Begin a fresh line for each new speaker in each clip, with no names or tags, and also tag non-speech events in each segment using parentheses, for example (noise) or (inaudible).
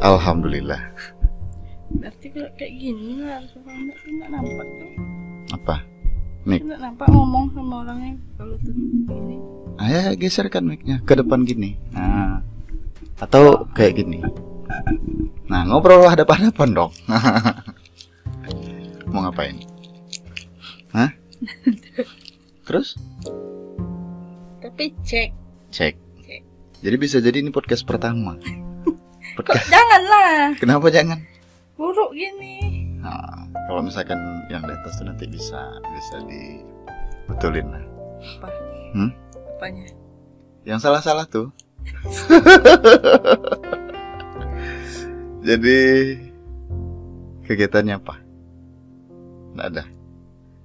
Alhamdulillah.
Berarti kalau kayak gini lah suara anak tuh nggak nampak tuh.
Apa?
Nggak nampak ngomong sama orangnya kalau tuh gini.
Ayah geserkan mic-nya ke depan gini. Nah. Atau kayak gini. Nah, ngobrol hadap-hadapan dong. (laughs) Mau ngapain? Hah? Terus
Tapi cek.
cek.
Cek.
Jadi bisa jadi ini podcast pertama.
Kok
Podcast.
janganlah
Kenapa jangan?
buruk gini.
Nah, kalau misalkan yang di atas tuh nanti bisa bisa dibetulin lah.
Apa?
Hmm?
Apanya?
Yang salah-salah tuh. Jadi kegiatannya apa? Nggak ada.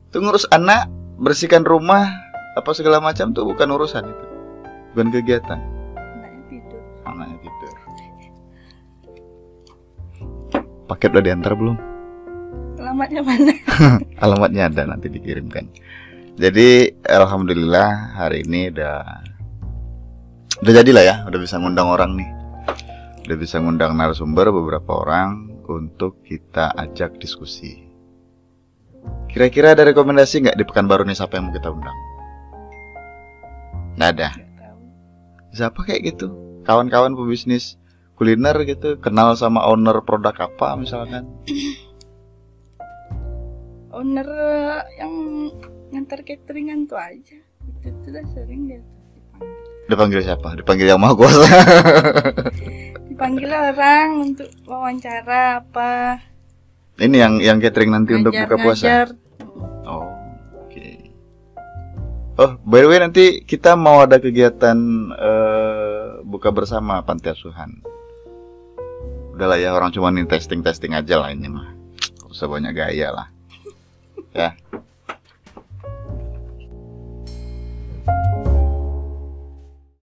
Itu ngurus anak, bersihkan rumah, apa segala macam tuh bukan urusan itu. Bukan kegiatan.
Anaknya tidur.
Anaknya tidur. Paket udah diantar belum?
Alamatnya mana? (laughs)
Alamatnya ada nanti dikirimkan. Jadi alhamdulillah hari ini udah udah jadilah ya, udah bisa ngundang orang nih. Udah bisa ngundang narasumber beberapa orang untuk kita ajak diskusi. Kira-kira ada rekomendasi nggak di Pekanbaru nih siapa yang mau kita undang? Nggak ada.
Nggak tahu.
Siapa kayak gitu? Kawan-kawan pebisnis kuliner gitu, kenal sama owner produk apa misalkan?
Owner eh, yang ngantar cateringan tuh aja. Itu sudah sering dia tuh dipanggil.
Dipanggil siapa? Dipanggil yang maha kuasa.
Dipanggil orang untuk wawancara apa?
Ini yang yang catering nanti untuk buka puasa.
Ngajar-ngajar. Mm.
Oh, oke. Oh, by the way nanti kita mau ada kegiatan eh, buka bersama panti asuhan. Udahlah ya orang cuma nih testing testing aja lah ini mah. Gak usah banyak gaya lah. Ya.